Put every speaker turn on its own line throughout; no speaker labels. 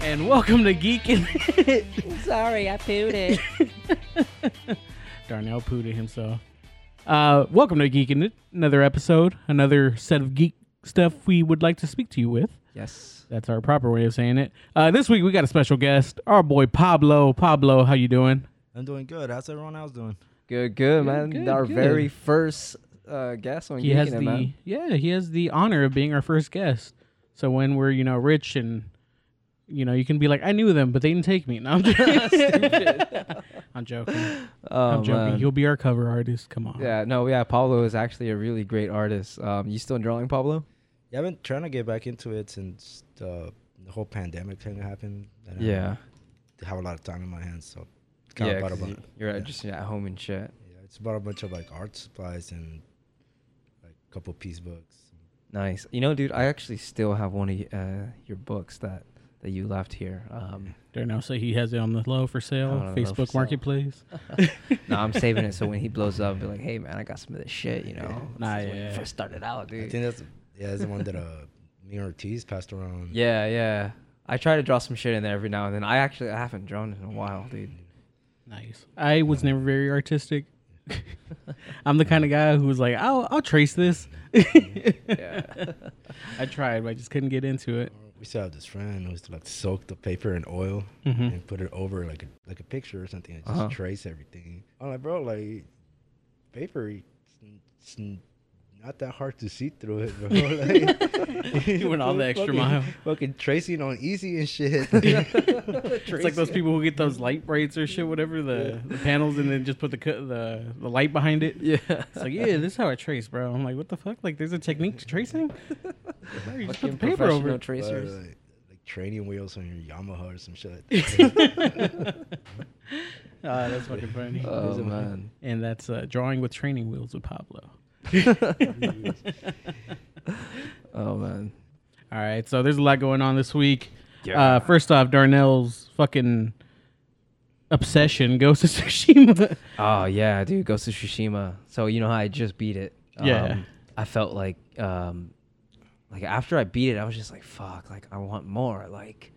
and welcome to Geekin.
Sorry, I pooed it.
Darnell Pooted himself. Uh, welcome to Geekin, It, another episode, another set of geek stuff we would like to speak to you with.
Yes.
That's our proper way of saying it. Uh, this week we got a special guest, our boy Pablo. Pablo, how you doing?
I'm doing good. How's everyone else doing?
Good, good, man.
good,
Our
good.
very first uh, guest on
He
Geeking
has
It,
the
man.
yeah, he has the honor of being our first guest. So when we're you know rich and you know you can be like, I knew them, but they didn't take me. No, I'm joking. I'm joking.
Oh,
I'm joking.
man.
He'll be our cover artist. Come on.
Yeah, no, yeah. Pablo is actually a really great artist. Um, you still drawing, Pablo?
Yeah, I've been trying to get back into it since the, the whole pandemic thing happened. I don't
Yeah.
have a lot of time in my hands, so kind
Yeah,
of
'cause
about,
you- you're
yeah.
just at home and shit.
yeah, it's about a bunch of like art supplies and like a couple piece books.
Nice. You know, dude, I actually still have one of y- uh, your books that that you left here. Um,
There now, so he has it on the low for sale,
On the low
Facebook
for sale.
Marketplace.
no, I'm saving it so when he blows up, be like, hey, man, I got some of this shit. You know,
Nah,
This is when you
yeah.
First started out, dude.
I think that's yeah, that's the one that uh me and Ortiz passed around.
Yeah, yeah. I try to draw some shit in there every now and then. I actually I haven't drawn in a while, dude.
Nice. I was never very artistic. I'm the kind of guy who was like, I'll I'll trace this.
Yeah.
I tried, but I just couldn't get into it.
We still have this friend who used to like soak the paper in oil
Mm-hmm.
Mhm.
and put it over like a like a picture or something and just
Hmm. Uh-huh.
trace everything. I'm like, bro, like paper, it's, it's not that hard to see through it, bro. Like,
You went all the extra
fucking-
mile.
Fucking tracing on easy and shit.
It's like those people who get those light brights or shit, whatever the, the panels, and then just put the cu- the the light behind it.
Yeah.
It's like, yeah, this is how I trace, bro. I'm like, what the fuck? Like, there's a technique to tracing. No, you just put the
Fucking
paper
professional
over. it.
But,
tracers.
like, like training wheels on your Yamaha or some shit. Like that.
Ah, that's fucking funny.
Oh man.
and that's uh, drawing with training wheels with Pablo.
Oh man.
All right, so there's a lot going on this week.
Yeah.
Uh, first off, Darnell's fucking obsession goes to Tsushima.
Oh yeah, dude, Ghost of Tsushima. So you know how I just beat it.
Yeah.
Um, I felt like um like after I beat it, I was just like, fuck, like I want more. Like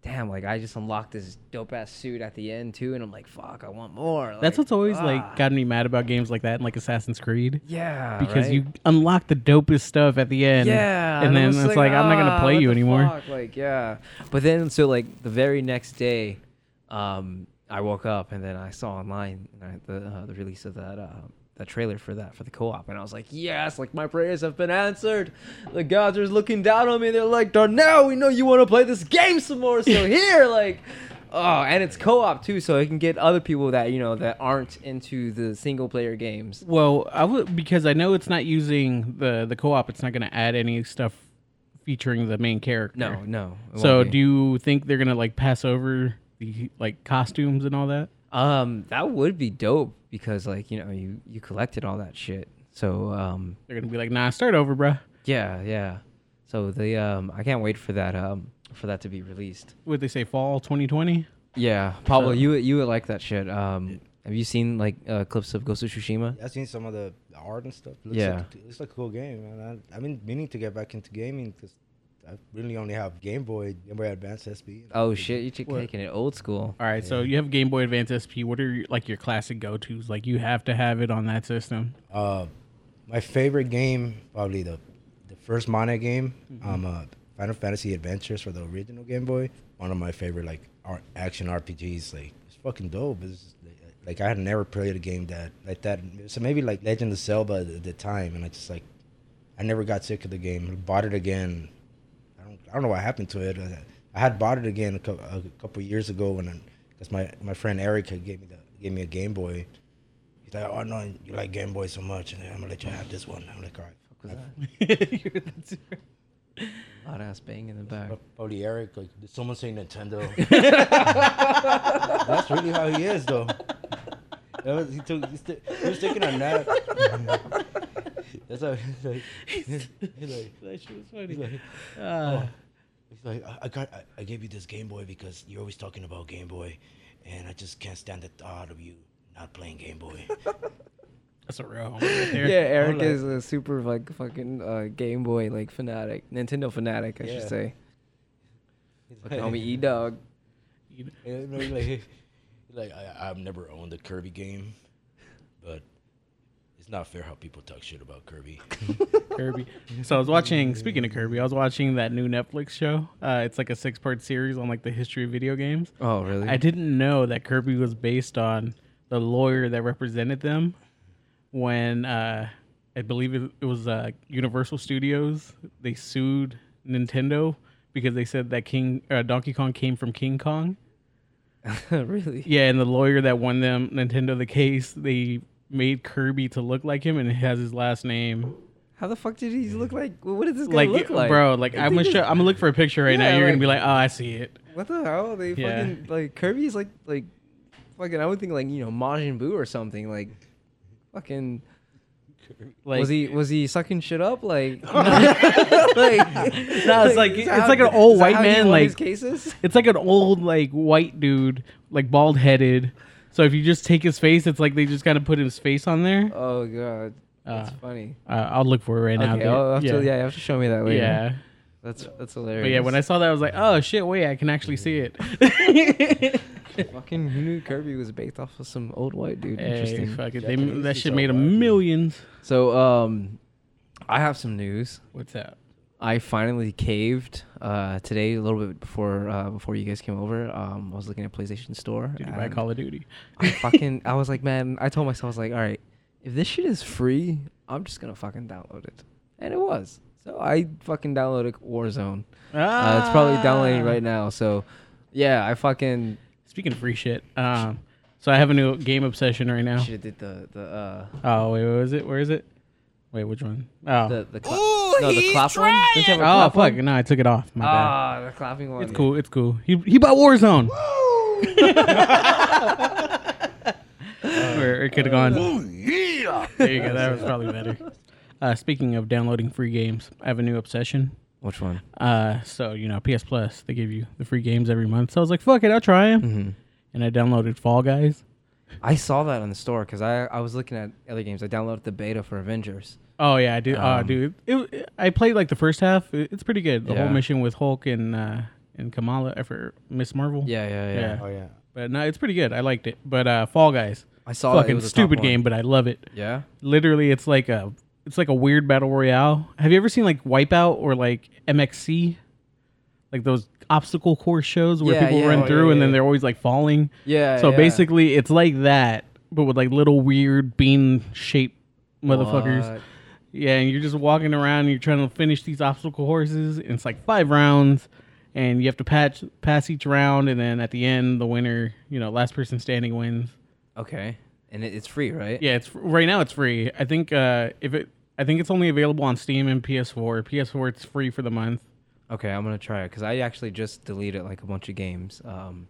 damn, like I just unlocked this dope ass suit at the end too, and I'm like, fuck, I want more.
That's what's always
ah.
like got me mad about games like that and like Assassin's Creed.
Yeah.
because
right?
you unlock the dopest stuff at the end.
yeah,
and then
I
it's
was
like, I'm not
"Ah,
gonna play
what
you
the
anymore.
fuck," Like, yeah. But then, so like the very next day, um, I woke up and then I saw online uh, the uh, the release of that uh, that trailer for that for the co-op, and I was like, yes, like my prayers have been answered. The gods are looking down on me. They're like, Darnell, we know you want to play this game some more, so here, like. Oh, and it's co-op too, so it can get other people that you know that aren't into the single-player games.
Well, I would because I know it's not using the the co-op. It's not gonna add any stuff featuring the main character.
No, no. it
So
won't be.
do you think they're gonna like pass over the like costumes and all that?
Um, that would be dope because like you know you you collected all that shit. So um,
They're gonna be like, nah, start over, bruh.
yeah, yeah. So the um, I can't wait for that um for that to be released.
What they say, fall 2020.
Yeah, Pablo, you would- you would like that shit. Um, have you seen like uh, clips of Ghost of Tsushima?
I've seen some of the art and stuff. Looks
Yeah.
like, it's like a cool game, man. I, I've been meaning to get back into gaming because I really only have Game Boy, Game Boy Advance SP.
Oh shit, you're just taking it old school.
All right, so you have Game Boy Advance SP. What are your, like your classic go-tos? Like you have to have it on that system.
Uh, my favorite game, probably the the first Mana game, um, uh, Final Fantasy Adventures for the original Game Boy. One of my favorite like ar action RPGs. Like it's fucking dope. It's just, like I had never played a game that like that. So maybe like Legend of Zelda at the time, and I just like I never got sick of the game. Bought it again. I don't I don't know what happened to it. I, I had bought it again a, cou- a couple years ago, and because my my friend Erica gave me the gave me a Game Boy. He's like, oh no, you like Game Boy so much, and I'm gonna let you have this one. I'm like, all right.
Was that
That's
loud ass bang in the back?
Pro- Probably Eric. Like, did someone say Nintendo? That's really how he is, though. That was, he, took, he, st- he was taking a nap. That's how he's like, he's like, he's like, "Oh."
Uh,
he's like I, I got, I, I gave you this Game Boy because you're always talking about Game Boy, and I just can't stand the thought of you not playing Game Boy.
That's a real homie right
Yeah,
there.
Eric
like-
is a super like fucking uh, Game Boy like fanatic, Nintendo fanatic, I
Yeah.
should say. Like homie E Dog.
Yeah, no, like, like I, I've never owned a Kirby game, but it's not fair how people talk shit about Kirby.
Kirby. So I was watching. Speaking of Kirby, I was watching that new Netflix show. Uh, it's like a six-part series on like the history of video games.
Oh really?
I didn't know that Kirby was based on the lawyer that represented them when uh, I believe it, it was uh, Universal Studios. They sued Nintendo because they said that King uh, Donkey Kong came from King Kong.
really?
Yeah, and the lawyer that won them Nintendo the case, they made Kirby to look like him, and it has his last name.
How the fuck did he look like? What does this guy
Like,
look like,
bro, like I'm gonna show, I'm gonna look for a picture right now.
Yeah,
You're
like-
gonna be like, oh, I see it.
What the hell? They
Yeah.
fucking like Kirby's like like fucking. I would think like you know Majin Buu or something like. Fucking
Like,
was he was he sucking shit up like? like
No, it's like-
is
it's
that
like an
how-
old
is that
white
how he
man,
won his
like-
cases.
It's like an old like white dude, like bald headed. So if you just take his face, it's like they just kind of put his face on there.
Oh god, that's
Uh,
funny.
Uh, I'll look for it right now.
Okay,
but-
I'll have
yeah.
to, yeah, you have to show me that later.
yeah.
That's that's hilarious.
But yeah, when I saw that, I was like, oh shit, wait, I can actually see it.
fucking who knew Kirby was based off of some old white dude.
hey,
Interesting.
fuck it. They,
Japanese
that
is
shit
so
made a
wild, dude.
millions.
So um, I have some news.
What's that?
I finally caved uh, today a little bit before uh, before you guys came over. Um, I was looking at PlayStation Store.
Did you buy
and
Call of Duty?
I fucking I was like, man, I told myself I was like, all right, if this shit is free, I'm just gonna fucking download it, and it was. So I fucking downloaded Warzone. Uh, it's probably
Ah.
downloading right now. So yeah, I fucking
Speaking of free shit, um, so I have a new game obsession right now.
should have did the the uh,
Oh wait, what is it? Where is it? Wait, which one? Oh,
the the cla- no the clap one. Didn't you have a
oh
clap
fuck!
one?
No, I took it off. My bad.
Ah, the clapping one.
It's cool. It's cool. He he bought Warzone. or it could have gone. There you go. That was probably better. Uh, speaking of downloading free games, I have a new obsession.
Which one?
Uh, so you know, PS Plus, they give you the free games every month. So I was like, fuck it, I'll try them.
Mm-hmm.
And I downloaded Fall Guys.
I saw that on the store because I, I was looking at other games. I downloaded the beta for Avengers.
Oh yeah, I do. oh
Um,
dude, it, I played like the first half. It- it's pretty good. The whole
Yeah.
mission with Hulk and uh, and Kamala uh, for Miss Marvel.
Yeah, yeah, yeah.
Yeah.
Oh yeah.
But no, it's pretty good. I liked it. But uh, Fall Guys,
I saw that it
fucking
was a top
stupid
one.
game, but I love it.
Yeah.
literally it's like a it's like a weird battle royale. Have you ever seen like Wipeout or like MXC? Like those obstacle course shows where
Yeah,
people
yeah.
run
Oh,
through
yeah,
and then
yeah.
they're always like falling.
Yeah.
so
yeah.
basically it's like that, but with like little weird bean shaped motherfuckers.
What?
Yeah, and you're just walking around and you're trying to finish these obstacle courses and it's like five rounds and you have to patch pass each round and then at the end the winner, you know, last person standing wins.
Okay. And it, it's free, right?
Yeah, it's right now. It's free. I think uh, if it, I think it's only available on Steam and PS4. PS4, it's free for the month.
Okay, I'm gonna try it because I actually just deleted like a bunch of games, um,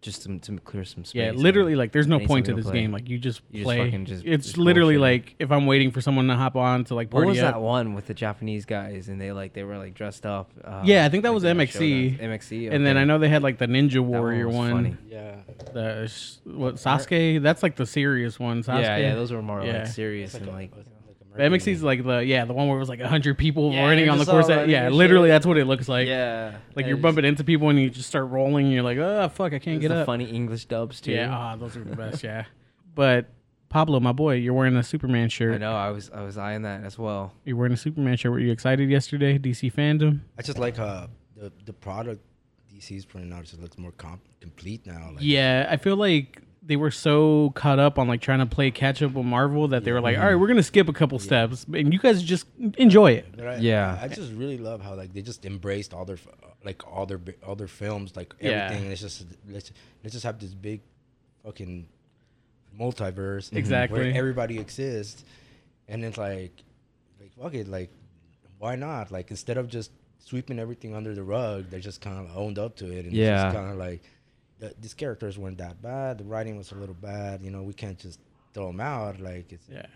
just to, to clear some space.
Yeah,
and-
literally, like there's no
I need
point to
something
this
to play.
game. Like you just
You just
play.
fucking just-
it's
just
literally
bullshit.
like if I'm waiting for someone to hop on to like party
What was
up.
that one with the Japanese guys and they like they were like dressed up? Uh,
Yeah, I think that
like,
was
they were
MXC.
showdowns. MXC.
And then
okay.
I know they had like the Ninja
That one
Warrior
was
one.
funny.
Yeah.
The sh- what Sasuke? That's like the serious one. Sasuke.
Yeah, yeah, those were more
Yeah.
like serious
It's like
and
a-
like.
it's like a
The MXC is like the yeah the one where it was like hundred people
Yeah,
running
they're
on the
just
course.
all
That,
running
yeah,
and
literally
shit.
that's what it looks like.
yeah,
Like
and
you're
it's-
bumping into people and you just start rolling. and You're like, oh fuck, I can't
There's
get
the
up.
funny English dubs too.
Yeah, ah, those are the best. Yeah, but Pablo, my boy, you're wearing a Superman
I
shirt.
know. I was I was eyeing that as well.
You're wearing a Superman shirt. Were you excited yesterday? DC fandom.
I just like uh the the product DC's putting out just looks more comp- complete now. Like,
Yeah, I feel like they were so caught up on like trying to play catch up with Marvel that they were like, all right, we're gonna skip a couple steps, and you guys just enjoy it.
But I,
Yeah.
I just really love how like they just embraced all their f- like all their bi- all their films, like
Yeah.
everything. Let's just let's let's just have this big fucking multiverse
Exactly.
where everybody exists, and it's like like fuck it, like why not? Like instead of just sweeping everything under the rug, they just kind of owned up to it, and
Yeah.
it's just kind of like the, these characters weren't that bad. The writing was a little bad. You know, we can't just throw them out. Like it's
Yeah,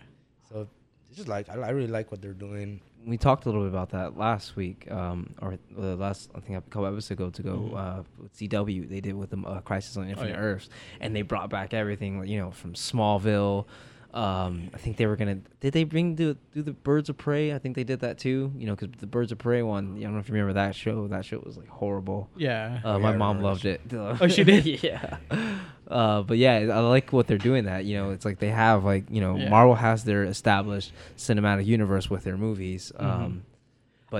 so. It's just like I, I really like what they're doing.
we talked a little bit about that last week, um, or the last I think a couple episodes ago to go uh, with CW. They did with the uh, Crisis on Infinite
yeah.
Earths, and they brought back everything you know from Smallville, Um, I think they were gonna. Did they bring do do the Birds of Prey? I think they did that too. You know, because the Birds of Prey one. I don't know if you remember that show. That show was like horrible.
Yeah.
Uh,
Yeah,
my
I
mom
remember
loved it.
Oh, she did?
yeah. Uh, but yeah, I like what they're doing. That you know, it's like they have like you know,
Yeah.
Marvel has their established cinematic universe with their movies. Um, but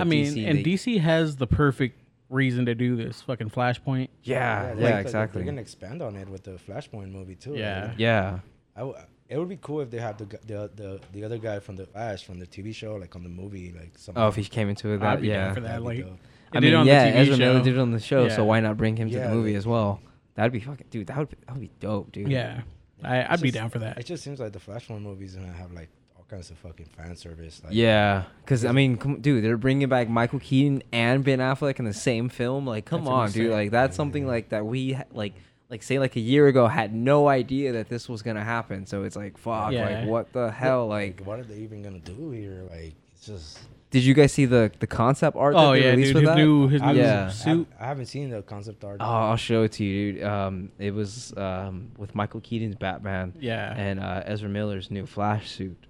Mm-hmm. I mean,
DC,
and
they-
DC has the perfect reason to do this fucking Flashpoint.
yeah, yeah,
like, like,
exactly,
They're gonna expand on it with the Flashpoint movie too.
Yeah.
Like,
yeah,
I w- it would be cool if they had the, gu- the the the other guy from the Flash from the TV show like on the movie like something.
Oh, if he came into that,
I'd be
yeah.
down for that.
That'd be
Like,
dope.
they
I
did
mean,
it on
yeah,
the TV
Ezra
show.
Miller did it on the show,
Yeah.
so why not bring him to
Yeah,
the movie
like-
as well? That'd be fucking, dude. That would be, that would be dope, dude.
Yeah, I, I'd
It's
be
just-
down for that.
It just seems like the Flashpoint movies and I have like all kinds of fucking fan service. Like,
yeah. Because I mean, come, dude, they're bringing back Michael Keaton and Ben Affleck in the same film. Like, come
That's
on,
insane.
dude. Like, that's something like that we ha- like, like say like a year ago had no idea that this was gonna happen. So it's like, fuck,
Yeah.
like what the hell? Like,
Like, what are they even gonna do here? Like, it's just.
did you guys see the the concept art?
Oh
that they
yeah,
released
dude,
with
his
that?
new his new
Yeah.
suit.
I, I haven't seen the concept art.
Oh, I'll show it to you, dude. Um, it was um, with Michael Keaton's Batman.
Yeah.
And uh, Ezra Miller's new Flash suit.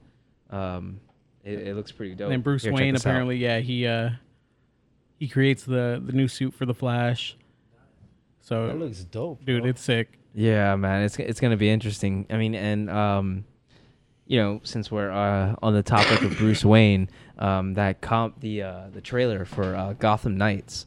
Um, it, it looks pretty dope.
And then Bruce
Here, check
Wayne
this out.
apparently, yeah, he uh he creates the the new suit for the Flash.
oh.
that
So,
looks dope,
dude,
bro.
it's sick.
Yeah, man, it's it's gonna be interesting. I mean, and um, you know, since we're uh, on the topic of Bruce Wayne, um, that comp the uh, the trailer for uh, Gotham Knights.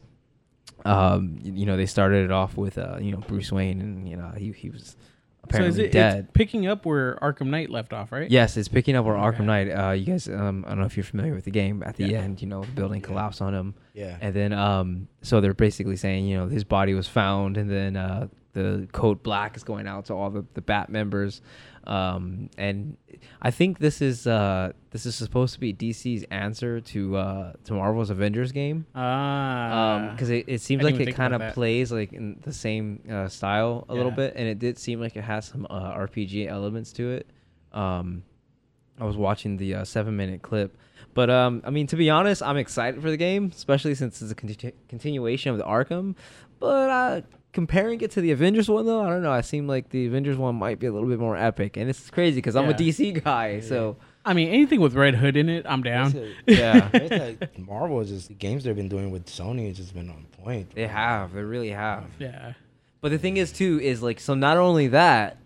Um, y- you know, they started it off with uh, you know, Bruce Wayne, and you know, he he was apparently
so is it
dead.
It's picking up where Arkham Knight left off, right?
Yes, it's picking up where
Okay.
Arkham Knight. Uh, you guys, um, I don't know if you're familiar with the game. At the
Yeah.
end, you know, the building collapsed on him,
yeah.
and then um, so they're basically saying, you know, his body was found, and then uh, the code black is going out to all the, the Bat members, um, and I think this is uh, this is supposed to be DC's answer to uh, to Marvel's Avengers game
Ah,
because Um, it, it seems
I didn't
like
even
it
think about
kind of
that.
plays like in the same uh, style a little
Yeah.
bit, and it did seem like it has some uh, RPG elements to it. Um, I was watching the uh, seven minute clip, but um, I mean, to be honest, I'm excited for the game, especially since it's a conti- continuation of the Arkham. But uh, comparing it to the Avengers one, though, I don't know. I seem like the Avengers one might be a little bit more epic, and it's crazy because I'm a
Yeah.
DC guy, so
I mean, anything with Red Hood in it, I'm down.
yeah.
It's like Marvel is just the games they've been doing with Sony has just been on point.
They have, they really have.
yeah,
But the thing is too is like so not only that,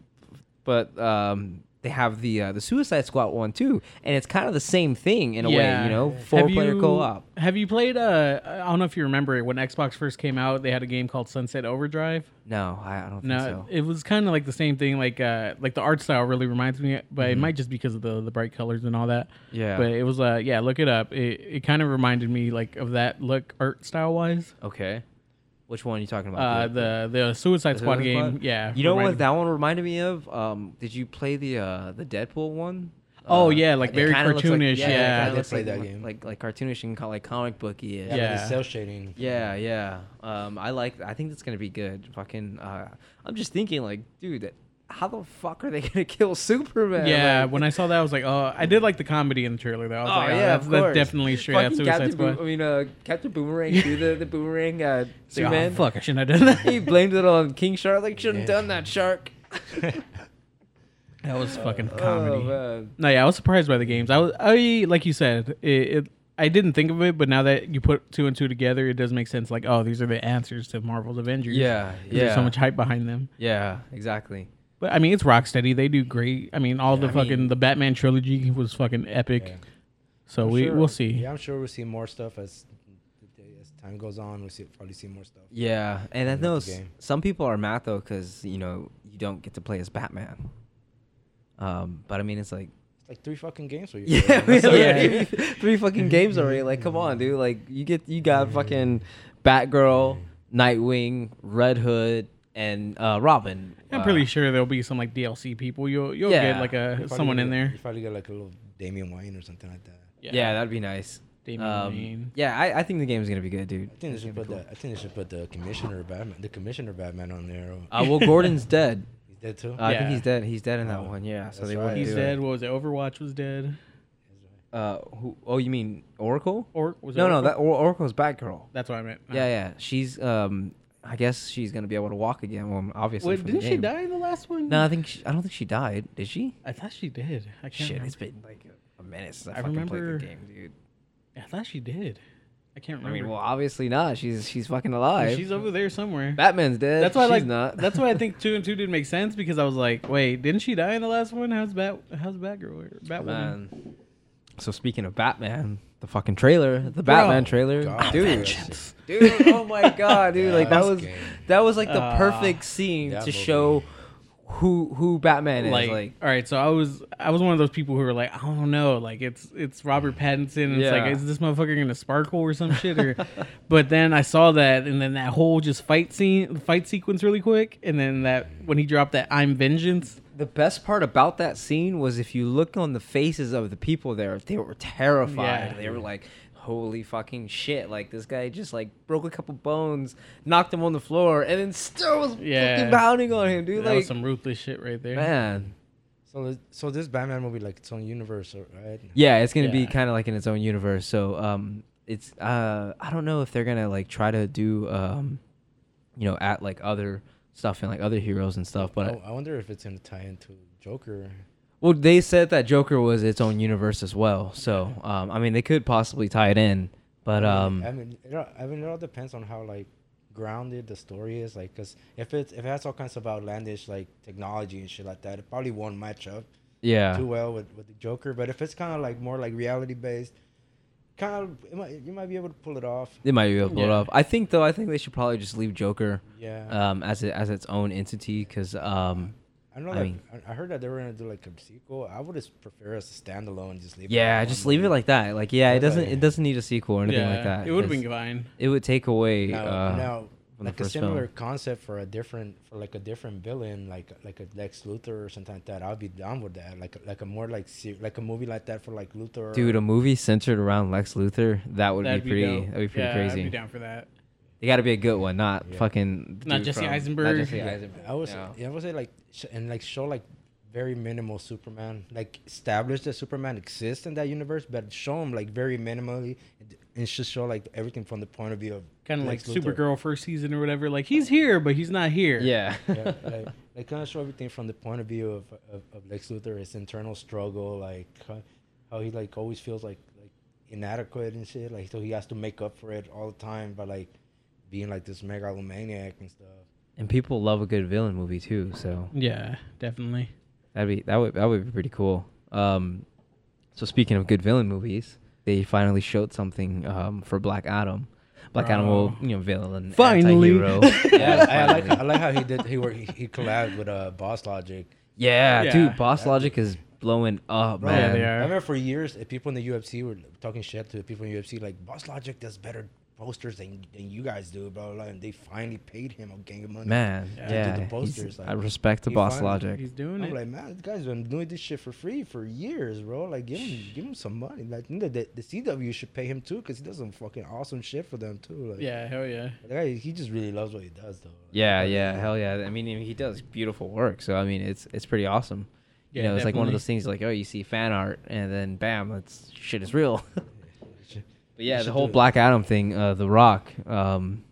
but um they have the uh, the Suicide Squad one too, and it's kind of the same thing in a way,
Yeah.
you know,
Have
four player
you-
co op.
Have you played? Uh, I don't know if you remember it when Xbox first came out. They had a game called Sunset Overdrive.
No, I, I don't think
No,
so.
it was kind of like the same thing. Like, uh, like the art style really reminds me, but it might just because of the the bright colors and all that.
Mm-hmm. Yeah.
But it was, uh, yeah, look it up. It it kind of reminded me like of that look art style wise.
okay, which one are you talking about?
Uh, the the Suicide Squad
Suicide
game.
Squad?
Yeah.
You know what
reminded-
that one reminded me of? Um, did you play the uh, the Deadpool one?
Oh,
Uh,
yeah, like
it
very
kinda looks
cartoonish,
it
yeah.
kinda
I did
looks
play
like,
that
like-
game.
Like, like cartoonish and kind of like comic booky.
Yeah,
Yeah.
yeah. cell shading.
Yeah, yeah. Um, I like. I think that's gonna be good. Fucking. Uh, I'm just thinking, like, dude, that- how the fuck are they gonna kill Superman?
Yeah,
Like,
when I saw that, I was like, oh, I did like the comedy in the trailer though. I was
oh
like,
yeah,
that's,
of
that's
course.
definitely straight out
Fucking
Suicide
Captain
Squad.
Boom- I mean, uh, Captain Boomerang do the the boomerang. Uh,
Like, oh,
Superman.
fuck, I shouldn't have done that.
He blamed it on King Shark. Like, shouldn't have
Yeah.
done that, Shark.
that was fucking comedy.
Oh man.
No, yeah, I was surprised by the games. I was, I like you said, it, it. I didn't think of it, but now that you put two and two together, it does make sense. Like, oh, these are the answers to Marvel's Avengers.
Yeah,
'Cause
yeah.
There's so much hype behind them.
Yeah, exactly.
But I mean, it's Rocksteady. They do great. I mean, all the
I
fucking
mean-
the Batman trilogy was fucking epic.
Yeah.
So
I'm
we
sure-
we'll see.
Yeah, I'm sure we'll see more stuff as as time goes on. We'll see, probably see more stuff.
Yeah, and I
Love the
know s-
game.
some people are mad though because you know you don't get to play as Batman. Um, but I mean, it's like
It's like three fucking games for you.
Yeah, we had
That's
So,
all-
yeah.
already three fucking games already. Like, come on, dude. Like, you get you got fucking Batgirl, Nightwing, Red Hood, and uh, Robin.
I'm
Uh,
pretty sure there'll be some like DLC people. You'll you'll
Yeah.
get like
you
a
probably
someone
get-
in there.
You probably get like a little Damian Wayne or something like that.
Yeah, that'd be nice.
Damian Wayne.
Um, yeah, I, I think the game's gonna be good, dude.
I think they should put the I think they should put the commissioner Batman the commissioner Batman on there. or-
Uh, well, Gordon's dead.
He's dead too.
Uh, I think
Yeah.
he's dead. He's dead in that one. Yeah, so
that's
they
right.
wouldn't
He's
do
dead.
It.
What was it? Overwatch was dead.
Uh, who, oh, you mean Oracle?
Or was it
no, no,
Oracle?
that or- Oracle's Batgirl.
Ah. That's what I meant.
Yeah, yeah. She's um I guess she's gonna be able to walk again. Well, obviously.
Wait,
from the
didn't she
game.
die in the last one?
No, I think she, I don't think she died. Did she?
I thought she did. I can't
Shit,
remember.
it's been like a minute since I,
I
fucking
remember-
played the game, dude.
I thought she did. I can't
I
remember.
mean, well, obviously not. She's she's fucking alive.
she's over there somewhere.
Batman's dead.
that's why I
she's
like.
not.
that's why I think two and two didn't make sense because I was like, wait, didn't she die in the last one? How's Bat? How's Batgirl? or Batwoman?
Man. So speaking of Batman, the fucking trailer, the Batman trailer,
God,
dude, dude, oh my god, dude, like that
That's
was
game.
that was like the
Ah,
perfect scene
that
to
movie.
show who who Batman is.
like,
Like,
all right so i was i was one of those people who were like i don't know like it's it's robert pattinson and it's
Yeah.
like is this motherfucker gonna sparkle or some shit or but then i saw that and then that whole just fight scene fight sequence really quick and then that when he dropped that i'm vengeance
the best part about that scene was if you look on the faces of the people there, they were terrified.
Yeah.
They were like, "Holy fucking shit!" Like this guy just like broke a couple bones, knocked him on the floor, and then still was
Yeah.
fucking pounding on him, dude.
that
like,
was some ruthless shit right there
man.
So, this- so this Batman movie, like its own universe, right?
Yeah, it's gonna be
Yeah.
kind of like in its own universe. So um, it's uh, I don't know if they're gonna like try to do um, you know, at like other stuff and like other heroes and stuff.
Oh,
But
I, I wonder if it's gonna tie into Joker.
well, they said that Joker was its own universe as well. So um, I mean, they could possibly tie it in, but um,
I mean, it, all- I mean, it all depends on how like grounded the story is. Like, cause if it's if it has all kinds of outlandish like technology and shit like that, it probably won't match up too
yeah,
well with, with the Joker. But if it's kind of like more like reality based, kind of it might, you might be able to pull it off.
they might be able to pull it
Yeah.
off. I think though, I think they should probably just leave Joker
Yeah,
um as it as its own entity because um.
I know.
I
Like, I,
mean-
I heard that they were gonna do like a sequel. I would just prefer as a standalone, just leave.
Yeah,
as
just
one
leave it
movie.
like that. Like, yeah, it
That's
doesn't.
like-
It doesn't need a sequel or anything
yeah
like that.
it would have
'cause
been fine
It would take away.
now,
uh,
now
from the
like a
first
similar
film.
concept for a different for like a different villain like like a Lex Luthor or something like that I'll be down with that like like a more like ser- like a movie like that for like Luthor
Dude, um, a movie centered around Lex Luthor, that would
That'd
be pretty
dope.
that'd be pretty
yeah,
crazy.
I'd be down for that
It gotta be a good one, not
Yeah.
fucking the
Not
dude
Jesse
from-
Eisenberg.
Not Jesse
Yeah.
Eisenberg.
I was
no.
yeah, I would say like sh- and like show like very minimal Superman like establish that Superman exists in that universe but show him like very minimally and- and just show like everything from the point of view of
kind of like
Lex Luthor.
supergirl first season or whatever like he's here but he's not here
Yeah.
yeah, like, like kind of show everything from the point of view of, of, of Lex Luthor, his internal struggle, like how- how he like always feels like like inadequate and shit. Like so he has to make up for it all the time by like being like this megalomaniac and stuff.
and people love a good villain movie too, so
yeah definitely
that'd be that would that would be pretty cool. Um so speaking of good villain movies, they finally showed something um for Black Adam. Black Adam will, you know, villain
Finally.
anti-hero. yeah,
I, I like
finally.
I like how he did he were he, he collabed with uh Boss Logic.
yeah,
Yeah.
dude, Boss Logic is blowing up,
yeah,
Oh, man.
they are.
I remember for years if people in the UFC were talking shit to people in the UFC like Boss Logic does better posters than, than you guys do, blah blah blah and they finally paid him a gang of money.
Man,
Yeah.
yeah,
Did the
he's-
posters, like,
I respect the
he
boss
finally-
logic.
he's doing
I'm
it
like, man, this guy's been doing this shit for free for years, bro. Like, give him, give him some money. Like, the, the, the CW should pay him too, because he does some fucking awesome shit for them too. Like,
yeah hell yeah
the guy, he just really loves what he does, though.
Yeah, yeah, hell yeah. I mean, he does beautiful work, so I mean, it's it's pretty awesome. you
Yeah,
know, it's like one of
definitely.
those things like, oh, you see fan art, and then bam, that's shit is real. but yeah,
should
the whole
do it.
Black Adam thing, uh, The Rock, um,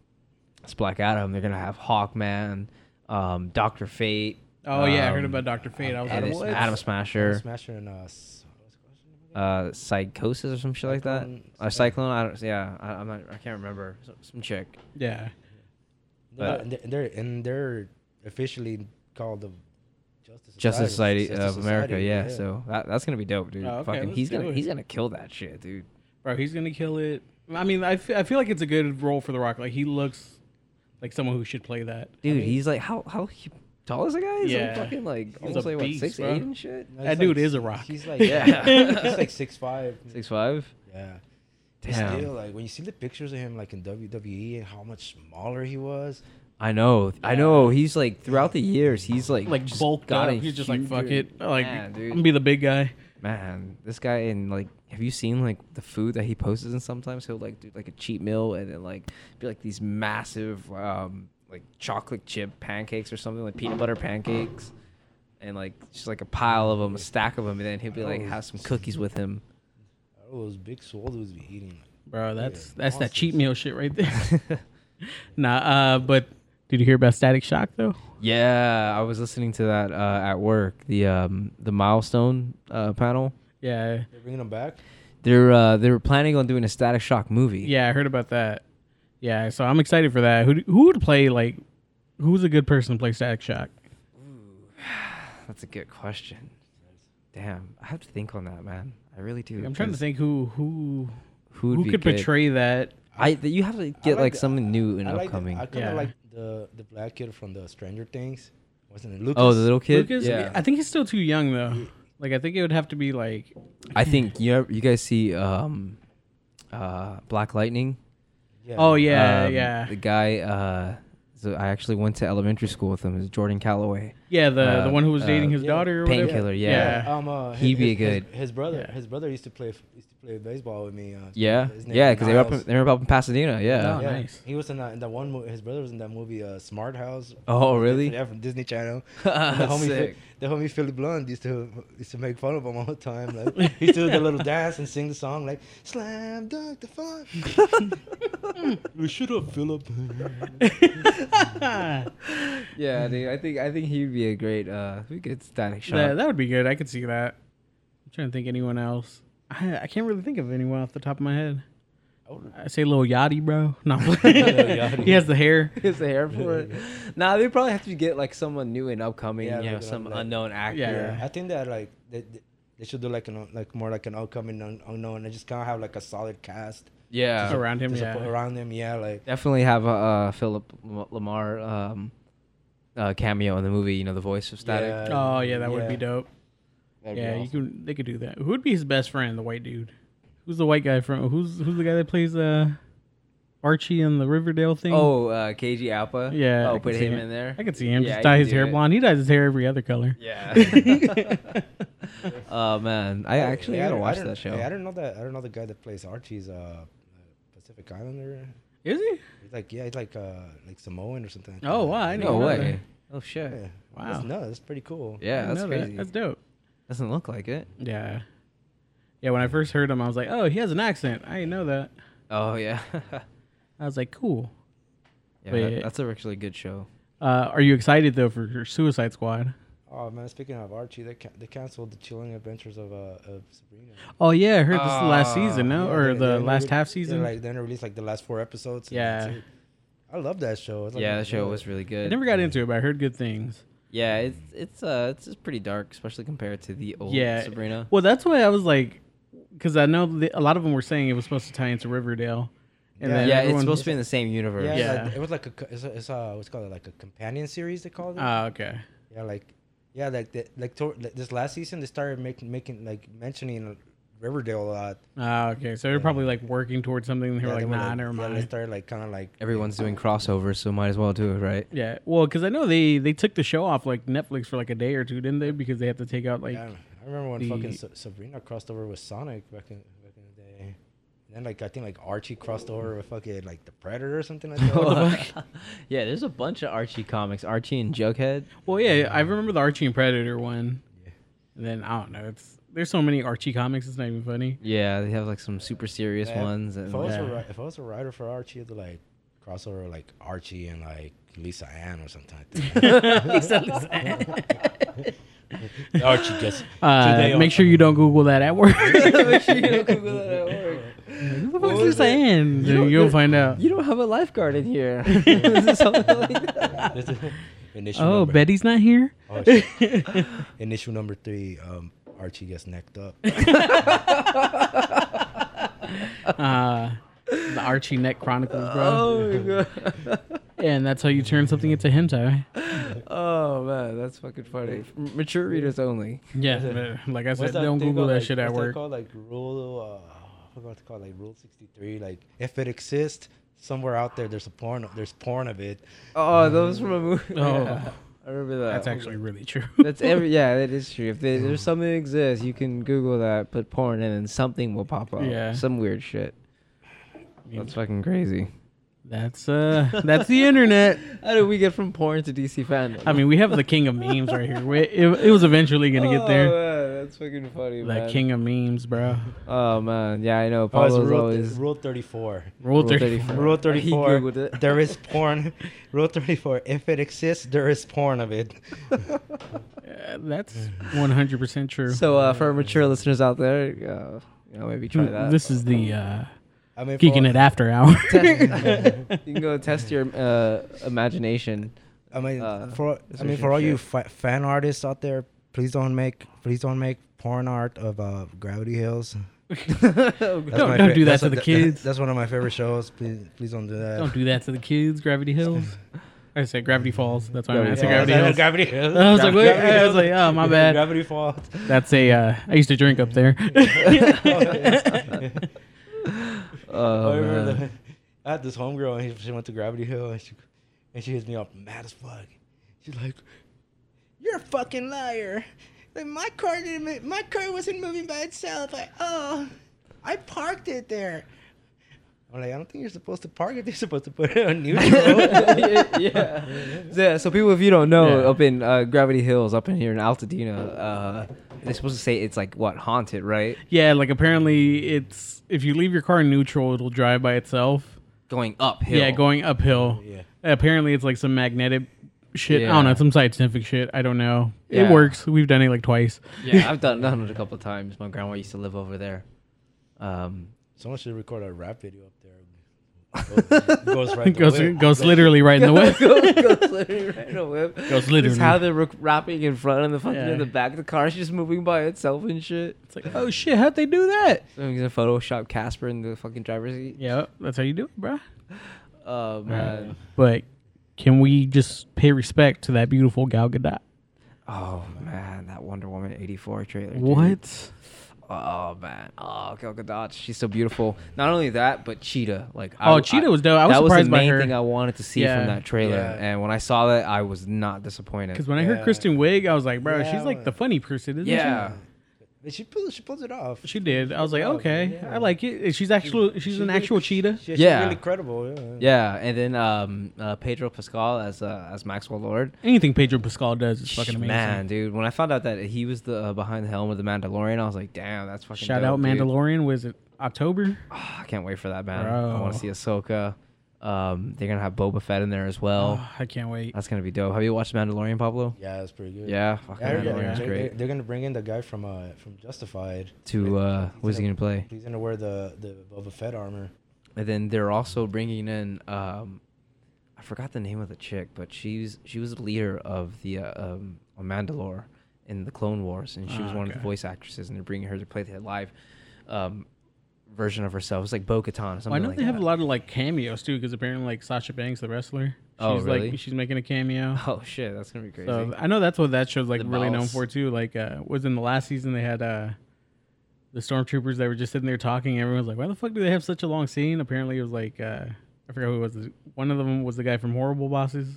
it's Black Adam. They're gonna have Hawkman, um, Doctor Fate.
oh yeah i heard
um,
about dr fate i was
and
like
it's
what
Adam Smasher,
Smasher and uh, s- what was it called?
uh, Psychosis or some shit like that.
Cyclone-
Or Cyclone. I don't. Yeah, I, I'm not. I can't remember. Some, some chick.
yeah
No, and they're- and they're and they're officially called the Justice
Justice Society
Justice
of America,
Society,
yeah. So that, that's gonna be dope, dude.
Oh, okay,
Fucking,
let's
he's
do
gonna
it.
he's gonna kill that shit, dude.
Bro, he's gonna kill it. I mean, I fe- I feel like it's a good role for The Rock. Like he looks like someone who should play that.
Dude, he's like how how he- tall is the guy? He's like
Yeah.
fucking like
a
almost like what
beast,
six
bro.
eight and shit.
No,
That
he's
dude
like-
is a rock.
He's like, yeah,
Yeah.
he's like six five.
Six five.
Yeah. But
Damn.
Still, like when you see the pictures of him, like in WWE, and how much smaller he was.
I know, I know. He's like throughout the years, he's like
Like
just
bulked up.
gotten
He's just like fuck
huger.
it. Like
Yeah, dude.
I'm gonna be the big guy.
Man, this guy and like, have you seen like the food that he posts? And sometimes he'll like do like a cheat meal and then like be like these massive um like chocolate chip pancakes or something like peanut butter pancakes, and like just like a pile of them, a stack of them, and then he'll be like have some cookies with him.
All those big soul dudes be eating.
Bro, that's
Yeah,
that's that
monsters.
cheat meal shit right there. nah, uh, but Did you hear about Static Shock though?
Yeah, I was listening to that uh, at work. The um, the milestone uh, panel.
Yeah,
They're bringing them back.
They're uh, they were planning on doing a Static Shock movie.
yeah, I heard about that. Yeah, so I'm excited for that. Who do- who would play like? Who's a good person to play Static Shock?
that's a good question. Damn, I have to think on that, man. I really do.
I'm trying to
'cause
think who who
who, would
who
be
could
good.
portray that.
I th- you have to get like,
like the-
something new and
I like the-
upcoming.
I kind of
Yeah.
like the the black kid from the Stranger Things. Wasn't it Lucas?
oh, the little kid.
Lucas,
yeah,
I think he's still too young though. Like I think it would have to be like
I think you ever- you guys see um, uh, Black Lightning.
Yeah.
oh yeah
Um,
yeah
The guy. Uh, so I actually went to elementary school with him. Is Jordan Calloway.
yeah the
uh,
the one who was
uh,
dating his
yeah.
daughter or whatever.
Painkiller. Yeah.
Yeah.
Um, uh, his,
He'd be
his- his-
good.
His, brother,
Yeah.
his brother used to play used to play baseball with me. Uh,
Yeah,
his name
yeah,
was
because they were up in,
Miles.
they were up in Pasadena. Yeah.
Oh,
yeah,
nice.
He was in that in that one. Mo- his brother was in that movie, uh, Smart House.
Oh, really?
Yeah, from Disney Channel. the
That's
homie,
sick.
Phil- the homie Philly Blunt used to used to make fun of him all the time. Like he used to do the little dance and sing the song like "Slam Dunk the Fun." we should have Philip.
Yeah, dude, I think I think he'd be a great uh we could static shot.
That, that would be good. I could see that. I'm trying to think anyone else. I, I can't really think of anyone off the top of my head. I say little Yachty, bro. No, he has the hair.
His hair for it. Nah, they probably have to get like someone new and upcoming,
Yeah,
you know,
like,
some
like-
unknown actor.
Yeah.
I think that like they, they- they should do like an un- like more like an upcoming un- unknown and just kind of have like a solid cast
Yeah.
Around him,
to
yeah.
support around them. Yeah, like
Definitely have a uh, Philip Lam- Lamar um uh cameo in the movie, you know, the voice of static.
Yeah.
Oh yeah, that would be
Yeah.
dope.
That'd be
yeah,
awesome.
you can. They could do that. Who would be his best friend? The white dude. Who's the white guy from? Who's who's the guy that plays uh Archie in the Riverdale thing?
Oh, uh KG Alpha.
yeah. I
Oh,
could
put
see
him in there.
I could see him.
Yeah,
just
you
dye
could
his
do
hair
it.
blonde. He dyes his hair every other color.
Yeah. oh man. I actually
Yeah,
gotta
don't-
watch
don't-
that show.
yeah, I don't know that. I don't know the guy that plays Archie's uh, Pacific Islander.
Is he?
He's like yeah, he's like uh, like Samoan or something. like
Oh,
that.
wow, I
no
didn't know
way. Oh shit.
Yeah.
Wow.
That's, no, that's pretty cool.
I
Yeah,
didn't
that's
know that.
crazy.
That's dope.
Doesn't look like it.
Yeah. Yeah, when I first heard him, I was like, oh, he has an accent. I didn't know that.
Oh yeah.
I was like, cool.
yeah,
But-
that- that's a actually good show.
Uh, are you excited, though, for your Suicide Squad?
Oh man, speaking of Archie, they ca- they canceled the Chilling Adventures of uh of Sabrina.
Oh, yeah, I heard this is the
Uh,
last season, no?
Yeah,
or
they- they
the
only
last
re-
half
they
season?
Like they only released like the last four episodes. and
Yeah.
that's it. I love that show. It's like
yeah,
my
the show
favorite.
was really
I
good.
never got into it, but I heard good things.
yeah, it's it's uh it's just pretty dark, especially compared to the old
Yeah.
Sabrina.
Well, that's why I was like, because I know the, a lot of them were saying it was supposed to tie into Riverdale. And
Yeah.
then
yeah, it's
everyone-
supposed to be in the same universe.
Yeah,
Yeah.
yeah. it was like a co- it's a, it's a what's it called like a companion series they called it.
Ah, okay.
Yeah, like, yeah, like the, like to, like, this last season they started making making like mentioning Riverdale a lot.
Ah, okay. So they're probably like working towards something, and they
Yeah,
were
they
like,
were,
nah,
like-
never
yeah, they
mind.
started like kind of like
Everyone's doing crossovers, so might as well do it, right?
Yeah, well, because I know they they took the show off like Netflix for like a day or two, didn't they? Because they had to take out like
yeah, I remember when
the-
fucking Sa- Sabrina crossed over with Sonic back in back in the day. And then like I think like Archie crossed over with fucking like the Predator or something like that.
yeah, there's a bunch of Archie comics. Archie and Jughead.
Well, yeah, I remember the Archie and Predator one. And then I don't know. It's there's so many Archie comics. It's not even funny.
Yeah, they have like some super serious
Yeah,
ones. And
If I, was
Yeah.
a, ri- if I was a writer for Archie, I'd like cross over with, like Archie and like Lisa Ann or something like that. Archie gets
Uh,
today on-
make sure you don't Google that at work.
Make sure you don't Google that at work.
Who the fuck's this saying? You will find out.
You don't have a lifeguard in here. This is something like that.
initial
Oh,
number.
Betty's not here.
Oh, shit. In issue number three, um, Archie gets necked up.
Uh, the Archie Neck Chronicles, bro.
Oh my god.
And that's how you turn something into hentai.
Oh man, that's fucking funny. M- Mature readers only.
Yeah, but like I said, don't Google that shit at work.
Called, like rule, uh, I forgot to call like rule sixty three. Like if it exists somewhere out there, there's a porn. There's porn of it.
Oh, those from a movie.
Oh.
Yeah, I remember that.
That's actually really true.
That's every yeah, that is true. If there- there's something that exists, you can Google that, put porn in, and something will pop up.
Yeah.
some weird shit. That's fucking crazy.
That's uh, that's the internet.
How did we get from porn to DC fandom?
I mean, we have the king of memes right here. We, it, it was eventually gonna get there.
Oh, man, that's fucking funny,
That king of memes, bro.
Oh man, yeah, I know.
Oh, it's
Pablo's
rule,
always
rule 34.
Rule
Rule
34.
34.
Rule
He
34.
Googled it.
There is porn. Rule 34. If it exists, there is porn of it.
Uh, that's 100% true.
So uh, for our mature listeners out there, uh, you know, maybe try that.
Mm, this is the uh,
I mean,
geeking it after hour.
Test- you can go test your uh, imagination.
I mean,
Uh,
for I mean,
research
for
and
all you
shit.
fa- fan artists out there, please don't make please don't make porn art of uh, Gravity Hills.
That's
Don't- don't do that
that's
to
a-
the kids.
That's one of my favorite shows. Please, please don't do that.
Don't do that to the kids. Gravity Hills. I said Gravity Falls. That's why I
Gravity
said
Falls.
Gravity Hills.
Gravity Hills.
I was like, wait,
Gravity
I was
Hills.
like, oh my bad.
Gravity Falls.
That's a. Uh, I used to drink up there.
oh,
Oh,
I, remember
man.
the, I had this homegirl and she, she went to Gravity Hill and she and she hits me up mad as fuck. She's like, "You're a fucking liar! Like, my car didn't move, my car wasn't moving by itself. I oh, I parked it there." I'm like, I don't think you're supposed to park it. You're supposed to put it on neutral.
yeah. yeah. So people, if you don't know,
Yeah.
up in uh, Gravity Hills, up in here in Altadena, uh, they're supposed to say it's like what haunted, right?
yeah, like apparently it's if you leave your car in neutral, it'll drive by itself.
Going uphill.
Yeah, going uphill.
yeah.
Apparently it's like some magnetic shit. I don't
Yeah.
know, some scientific shit. I don't know.
Yeah.
It works. We've done it like twice.
Yeah, I've done done it a couple of times. My grandma used to live over there. Um,
Someone should record a rap video up there. Goes, goes right.
It
the
goes
way.
goes literally right in the way.
goes literally right away.
Goes
Just
literally.
how they're rec- wrapping in front and the fucking
Yeah.
in the back. The car's just moving by itself and shit.
It's like, oh shit, how'd they do that?
I'm gonna Photoshop Casper in the fucking driver's seat.
Yeah, that's how you do it, bruh.
Oh man.
But can we just pay respect to that beautiful Gal Gadot?
Oh man, that Wonder Woman '84 trailer. dude.
What?
Oh man. Oh, Gal Gadot. She's so beautiful. Not only that, but Cheetah. Like,
Oh, Cheetah was dope. I was
that was
surprised
the
by
main
her.
thing I wanted to see
Yeah.
from that trailer,
Yeah.
and when I saw that, I was not disappointed.
Because when I
Yeah.
heard Kristen Wiig, I was like, bro,
Yeah,
she's like the
man.
funny person, isn't
Yeah.
But She pulls, she pulls it off.
she? She did. I was like,
Oh,
okay,
yeah.
I like it. She's actual. She's
She's
an
really-
actual cheetah.
She,
Yeah.
She's really credible. Yeah.
Yeah, and then um, uh, Pedro Pascal as uh, as Maxwell Lord.
Anything Pedro Pascal does is fucking amazing.
Man, dude, when I found out that he was the uh, behind the helm of the Mandalorian, I was like, damn, that's fucking.
Shout
dope,
out
dude.
Mandalorian. Was it October?
Ah, I can't wait for that, man. I want
Bro.
to see Ahsoka. Um, they're gonna have Boba Fett in there as well.
Oh, I can't wait.
That's gonna be dope. Have you watched Mandalorian, Pablo?
Yeah, it's pretty good.
Yeah, fucking
Yeah, yeah,
Mandalorian's
They're,
great.
they're- they're gonna bring in the guy from uh from Justified.
To uh,
He's
what's he
in
gonna play?
He's gonna wear the the Boba Fett armor.
And then they're also bringing in um, I forgot the name of the chick, but she's she was the leader of the uh, um on Mandalore in the Clone Wars, and she was
Ah,
one of the
okay.
voice actresses, and they're bringing her to play the live um version of herself. It's like Bo Katan or something.
Well, I know
like
they have
that.
a lot of like cameos too, because apparently like Sasha Banks, the wrestler, she's
Oh, really?
like she's making a cameo.
Oh shit, that's gonna be crazy.
So I know that's what that show's like
The
really known
mouse.
for too. Like uh, was in the last season they had uh, the stormtroopers that were just sitting there talking. Everyone's like, why the fuck do they have such a long scene? Apparently it was like uh, I forgot who it was one of them was the guy from Horrible Bosses.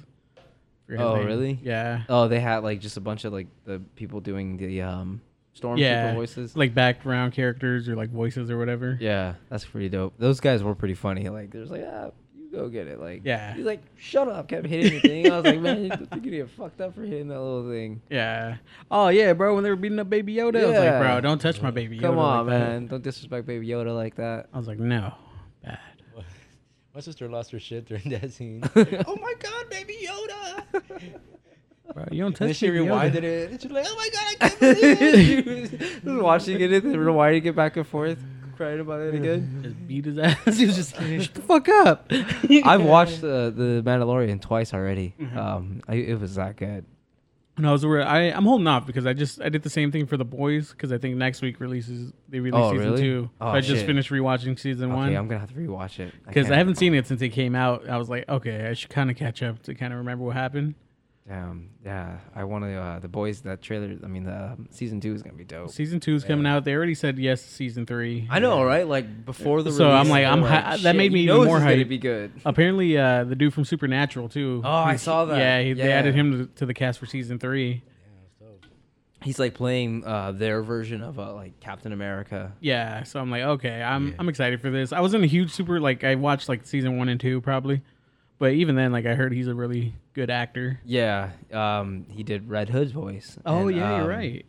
Forget his
Oh,
name.
really?
Yeah.
oh, they had like just a bunch of like the people doing the um stormtrooper
yeah.
voices.
Like background characters or like voices or whatever.
yeah, that's pretty dope. Those guys were pretty funny. Like there's like ah. you Go get it, like
Yeah.
He's like, shut up, kept hitting the thing. I was like, man, you're gonna get fucked up for hitting that little thing.
Yeah. Oh yeah, bro. When they were beating up Baby Yoda, I was like,
Yeah.
bro, don't touch my Baby Yoda.
Come on,
like that."
man. Don't disrespect Baby Yoda like that.
I was like, no, bad.
My sister lost her shit during that scene. oh my god, baby Yoda! Oh and
Bro, you don't
then
touch
she
Baby
rewinded
Yoda.
it. And she's like, oh my god, I can't believe it!
She was just watching it and then rewinding it back and forth, crying about it again.
Just beat his ass. he was just shut the fuck up.
I've watched uh, the Mandalorian twice already.
Mm-hmm.
Um, I, it was that good.
And I was aware. I I'm holding off because I just I did the same thing for the boys because I think next week releases they release
Oh,
season
really?
two.
Oh,
so I just
shit.
finished rewatching season
Okay,
one
I'm gonna have to rewatch it
because I,
can't-
haven't seen it since it came out. I was like, okay, I should kind of catch up to kind of remember what happened.
Damn, Um, yeah, I want to. Uh, the boys, that trailer. I mean, the um, season two is gonna be dope.
Season two is coming out. They already said yes to season three.
I know, right? Like before the.
So I'm
release,
like,
they were
I'm hy- that
"Shit,
made me
you
even
know
more
this is gonna
hyped."
be good.
Apparently, uh, the dude from Supernatural too.
Oh, I saw that.
Yeah, he, they
Yeah.
added him to, to the cast for season three.
He's like playing uh, their version of uh, like Captain America.
Yeah, so I'm like, okay, I'm
Yeah.
I'm excited for this. I wasn't a huge super like I watched like season one and two probably, but even then, like I heard he's a really good actor.
Yeah, um, he did Red Hood's voice.
Oh
and,
yeah,
um,
you're right.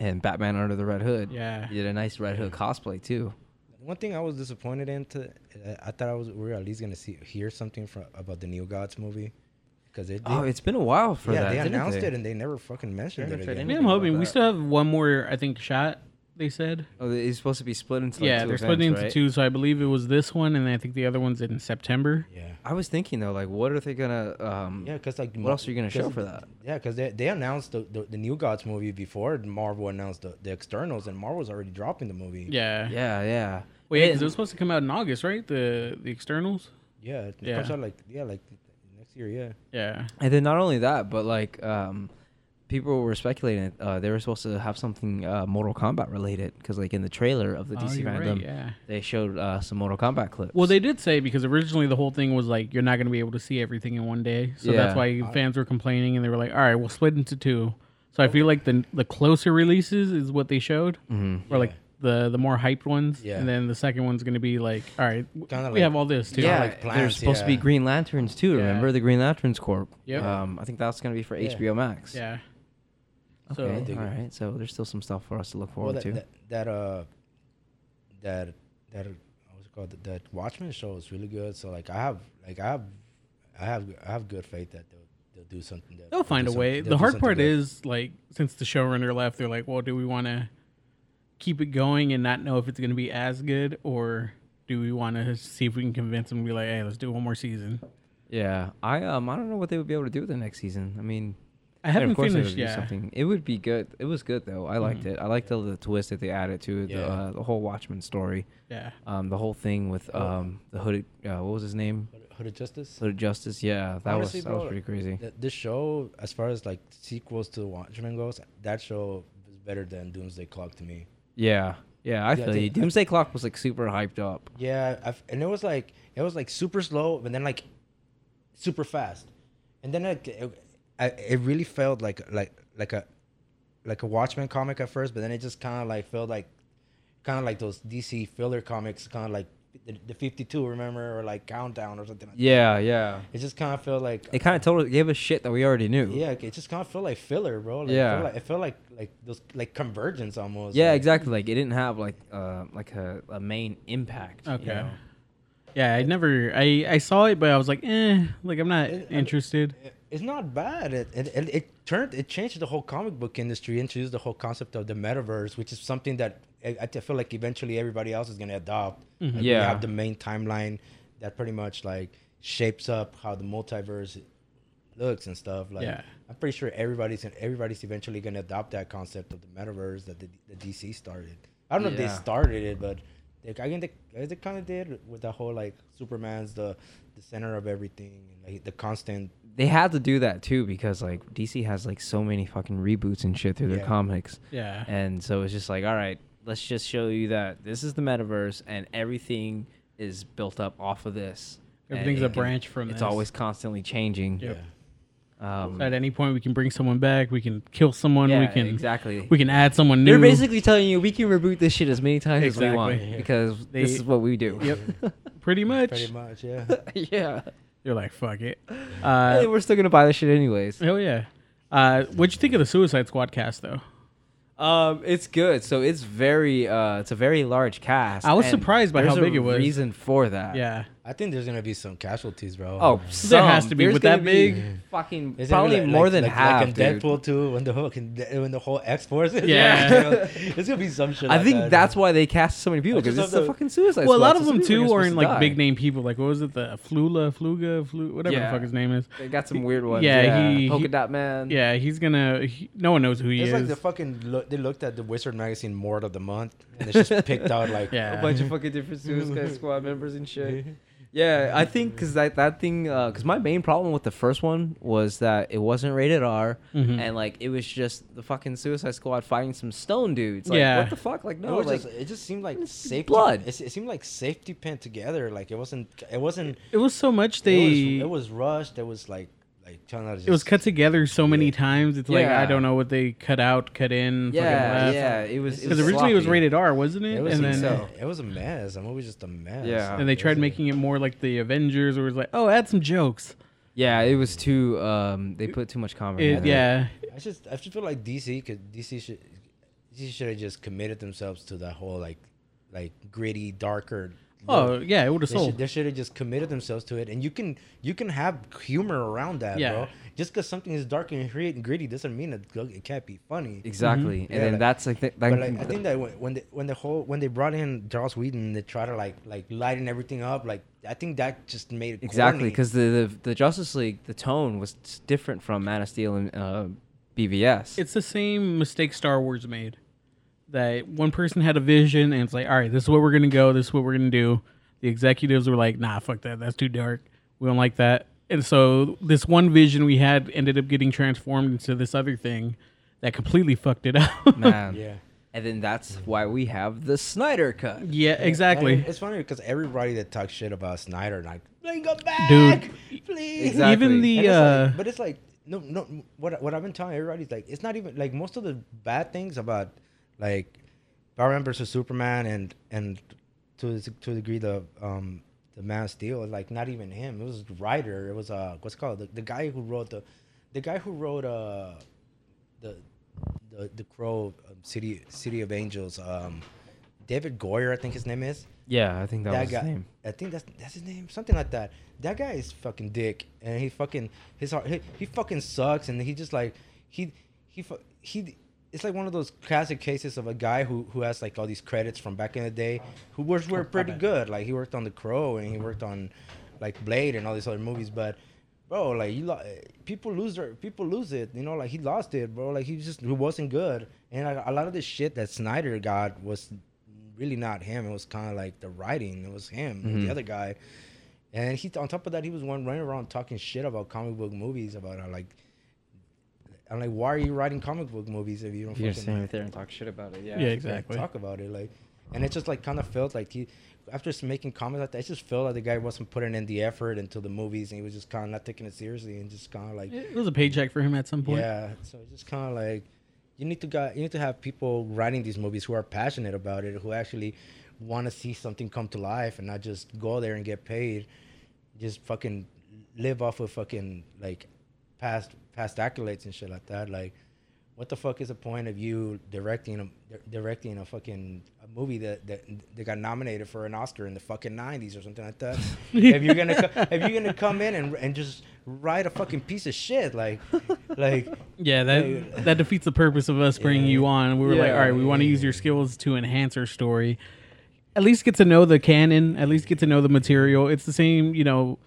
and Batman Under the Red Hood.
Yeah.
you did a nice Red Hood cosplay too.
One thing I was disappointed in, to, I thought I was we were at least gonna see hear something from about the Neo Gods movie, because it.
oh, it's been a while for
yeah,
that.
they
didn't
announced
they?
it and they never fucking
They
mentioned it
haven't said
again.
Yeah,
anything
I'm hoping
about
we
that.
still have one more. I think shot. They said.
Oh, they- it's supposed to be split into like
yeah,
two
they're
events,
splitting into
right?
two. So I believe it was this one, and I think the other one's in September.
Yeah.
I was thinking though, like, what are they gonna? Um,
Yeah, because like
What else are you gonna show
'cause
for that?
Yeah, because they, they announced the, the, the New Gods movie before Marvel announced the, the externals, and Marvel's already dropping the movie.
Yeah.
yeah, yeah.
Wait, because
And-
it was supposed to come out in August, right? The the externals.
yeah, it
Yeah.
comes out like yeah, like next year. Yeah,
Yeah.
And then not only that, but like um, people were speculating uh, they were supposed to have something uh, Mortal Kombat related because like in the trailer of the
Oh,
DC
you're right,
fandom,
yeah.
they showed uh, some Mortal Kombat clips.
Well, they did say because originally the whole thing was like you're not going to be able to see everything in one day, so
Yeah.
that's why fans were complaining and they were like, "All right, we'll split into two. So I feel like the the closer releases is what they showed,
Mm-hmm.
or like the the more hyped ones,
Yeah.
and then the second one's going to be like, "All right, w-
Kinda
we
like-
have all this too."
yeah,
like
there's
plans,
supposed to be
yeah.
Green Lanterns too. Remember the Green Lanterns Corp?
Yep.
Um, I think that's gonna be for HBO Max.
yeah. So
Okay.
dig
all
it.
right. So there's still some stuff for us to look
well
forward
that,
to.
that that uh that that what's it called that Watchmen show is really good. So like I have like I have I have I have good faith that they'll they'll do something. That,
they'll find
do
a
some-
way. The
they'll do
hard
something
part
good.
is like since the showrunner left, they're like, "Well, do we want to keep it going and not know if it's going to be as good, or do we want to see if we can convince them to be like, hey, let's do one more season?"
yeah. I um I don't know what they would be able to do with the next season. I mean,
I
And
haven't
of course
finished
it would be
yet. Mm-hmm.
something. It would be good. It was good though. I liked it. I liked the, the twist that they added to the,
Yeah.
uh, the whole Watchmen story.
Yeah.
Um, the whole thing with
Oh.
um the hooded uh, what was his name?
Hood of Justice.
Hooded Justice. Yeah, that
Honestly,
was that was
bro,
pretty crazy.
Th- this show, as far as like sequels to Watchmen goes, that show is better than Doomsday Clock to me.
Yeah, yeah. I
Yeah,
feel
dude,
you.
I-
Doomsday Clock was like super hyped up.
Yeah, I've, and it was like it was like super slow, but then like super fast, and then like it, I, it really felt like like like a like a Watchmen comic at first, but then it just kind of like felt like kind of like those DC filler comics, kind of like the, the Fifty Two, remember, or like Countdown or something. Like
Yeah, yeah.
It just kind of felt like
It kind of told us gave us shit that we already knew.
yeah, it just kind of felt like filler, bro. Like,
Yeah.
it felt like, it felt like like those like convergence almost.
Yeah,
like-
exactly. Like it didn't have like uh like a, a main impact. you
Okay.
know?
Yeah, I never. I I saw it, but I was like, eh. Like I'm not
It- I- eh.
interested.
It- It's not bad. It, it, it, it turned it changed the whole comic book industry, introduced the whole concept of the metaverse, which is something that I, I feel like eventually everybody else is gonna adopt. Like, we
Yeah.
have the main timeline that pretty much like shapes up how the multiverse looks and stuff. Like
Yeah.
I'm pretty sure everybody's gonna, everybody's eventually gonna adopt that concept of the metaverse that the, the DC started. I don't know if they
Yeah.
started it, but they, I think they, they kind of did with the whole like Superman's the the center of everything, and like the constant
they had to do that too because like DC has like so many fucking reboots and shit through their
Yeah.
comics.
Yeah.
And so it's just like, all right, let's just show you that this is the metaverse and everything is built up off of this. And
Everything's
it
a
can-
branch from.
It's
this.
always constantly changing.
Yep.
Um,
At any point, we can bring someone back. We can kill someone. we
Yeah,
can
exactly.
We can add someone new.
they're basically telling you we can reboot this shit as many times as we want
Exactly.
because
They-
this is what we do.
Yep. pretty much.
Pretty much, yeah.
yeah.
You're like, fuck it. Uh,
Hey, we're still gonna buy this shit anyways.
Hell yeah. Uh, what'd you think of the Suicide Squad cast though?
Um, it's good. So it's very, uh, it's a very large cast.
I was
and
surprised by how
there's a
big it was.
Reason for that.
Yeah.
I think there's gonna be some casualties, bro.
Oh,
There has
some.
to be.
There's
With that
gonna be
big-
fucking
It's gonna be
probably
like-
more
like-
than
like,
half.
Like in
dude.
Deadpool too, when the whole when the whole X Force.
Yeah.
it's gonna be some shit.
I
like
think
that.
that's why they cast so many people
I just
because it's the
love the-
fucking suicide.
Well, a
Squad,
lot
so
of them
some people
too
are
are in
supposed
like
to
big
die.
name people. Like what was it? The Fluga, Fluga, Flu, whatever
Yeah.
the fuck his name is.
They got some weird ones.
Yeah,
Yeah,
he-
polka
he-
dot man.
Yeah, he's gonna. He, no one knows who he
It's
is.
like the fucking look, they looked at the Wizard magazine Mort of the Month and they just picked out like
Yeah.
a bunch of fucking different Suicide Squad members and shit. Yeah, I think because that that thing because my main problem with the first one was that it wasn't rated R
Mm-hmm.
and like it was just the fucking Suicide Squad fighting some stone dudes. Like,
Yeah.
what the fuck? Like
It,
no,
was
like
just, it just seemed like
it's
safety.
blood.
It, it seemed like safety pinned together. Like it wasn't. It wasn't.
it was so much
It
they.
was, it was rushed. It was like like trying to. Just,
it was cut together so many
Yeah.
times. It's like
Yeah.
I don't know what they cut out, cut in.
yeah, yeah, it was
Because originally it was
sloppy.
rated R, wasn't it?
It was,
and
a,
then
so.
it was a mess. The movie was just a mess.
Yeah.
and they
It
tried
wasn't-
making it more like the Avengers, where it was like, oh, add some jokes.
Yeah, it was too. Um, they put too much comedy.
It,
in it.
yeah,
I just I just feel like DC could DC should you should have just committed themselves to that whole like, like gritty, darker.
Oh
look.
yeah, it would have
They should,
sold.
they should have just committed themselves to it, and you can you can have humor around that,
Yeah.
bro. Just because something is dark and gritty- and gritty doesn't mean it, it can't be funny.
Exactly, and
Mm-hmm. Yeah,
then
like-
that's like, th-
But like, I think that when when the, when the whole when they brought in Charles Whedon, they try to like like lighten everything up. Like I think that just made it
exactly
corny.
because the, the the Justice League the tone was s- different from Man of Steel and uh, BVS.
It's the same mistake Star Wars made. That one person had a vision and it's like, all right, this is where we're gonna go. This is what we're gonna do. The executives were like, nah, fuck that. That's too dark. We don't like that. And so this one vision we had ended up getting transformed into this other thing that completely fucked it up.
Man. Mm.
yeah.
And then that's why we have the Snyder cut.
yeah, exactly.
And it's funny because everybody that talks shit about Snyder, like bring him back, please.
Exactly.
Even
And
the
it's
uh,
like- but it's like no, no. What what I've been telling everybody is like it's not even like most of the bad things about like Batman versus Superman and and to to a degree the um the Man of Steel is like not even him. It was the writer. It was uh what's it called the, the guy who wrote the the guy who wrote uh the the the Crow um, City City of Angels um David Goyer I think his name is
Yeah, I think that, was
guy,
his name.
I think that's that's his name, something like that. That guy is fucking dick, and he fucking his heart, he, he fucking sucks, and he just like he he fu- he. It's like one of those classic cases of a guy who who has like all these credits from back in the day, who works were pretty good. Like he worked on The Crow and he worked on like Blade and all these other movies, but. Bro, like you, lo- people lose their, people lose it. You know, like he lost it, bro. Like he just, he wasn't good. And like, a lot of the shit that Snyder got was really not him. It was kind of like the writing. It was him, and the other guy. And he, on top of that, he was one running around talking shit about comic book movies. About how, like, I'm like, why are you writing comic book movies if you don't
You're
fucking
sitting
like,
right there and talk shit about it. Yeah.
Yeah,
like,
exactly.
talk about it? Like, and it just like kind of felt like he, after s- making comments like that, it just felt like the guy wasn't putting in the effort into the movies, and he was just kind of not taking it seriously, and just kind of like,
it was a paycheck for him at some point.
yeah. So it's just kind of like you need to got you need to have people writing these movies who are passionate about it, who actually want to see something come to life, and not just go there and get paid, just fucking live off of fucking like past past accolades and shit like that. Like, what the fuck is the point of you directing a di- directing a fucking a movie that, that that got nominated for an Oscar in the fucking nineties or something like that? if you're gonna co- if you're gonna come in and and just write a fucking piece of shit like like
Yeah, that that defeats the purpose of us bringing you on. We were like, all right, we want to use your skills to enhance our story. At least get to know the canon. At least get to know the material. It's the same, you know,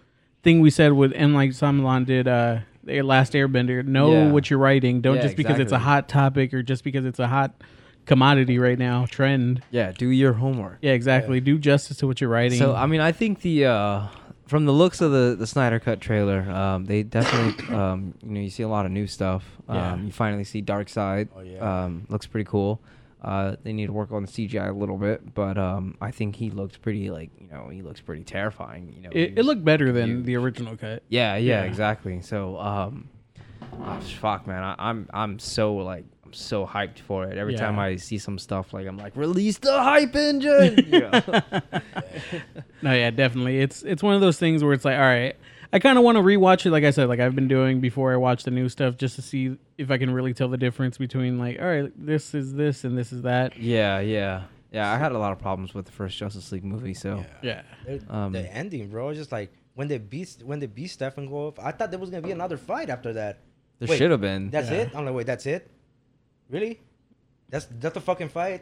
thing we said with M. Like Shyamalan did uh, their last Airbender. Know
Yeah.
what you're writing. Don't
Yeah,
just because it's a
exactly.
hot topic or just because it's a hot commodity right now trend.
Yeah, do your homework.
Yeah, exactly. Do justice to what you're writing.
So I mean, I think the uh, from the looks of the the Snyder Cut trailer, um, they definitely um, you know you see a lot of new stuff. Um,
Yeah.
You finally see Dark Side.
Oh, yeah.
Um, looks pretty cool. Uh, they need to work on the CGI a little bit, but um, I think he looked pretty like you know he looks pretty terrifying. You know, he
it, it
was-
looked better than the original cut.
Yeah, yeah,
Yeah.
exactly. So, um, oh, fuck, man, I, I'm I'm so like I'm so hyped for it. Every
Yeah.
time I see some stuff, like I'm like, release the hype engine. Yeah.
No, yeah, definitely. It's it's one of those things where it's like, all right, I kind of want to rewatch it. Like I said, like I've been doing before I watch the new stuff, just to see if I can really tell the difference between like, all right, this is this and this is that.
yeah, yeah, yeah. I had a lot of problems with the first Justice League movie, so
Yeah,
It-
Um,
the ending, bro. it's Just like when they beat when they beat Stefan Wolf, I thought there was gonna be another fight after that.
there
Wait,
should have been.
That's
Yeah.
it. I'm like, wait, that's it. Really? That's that's the fucking fight.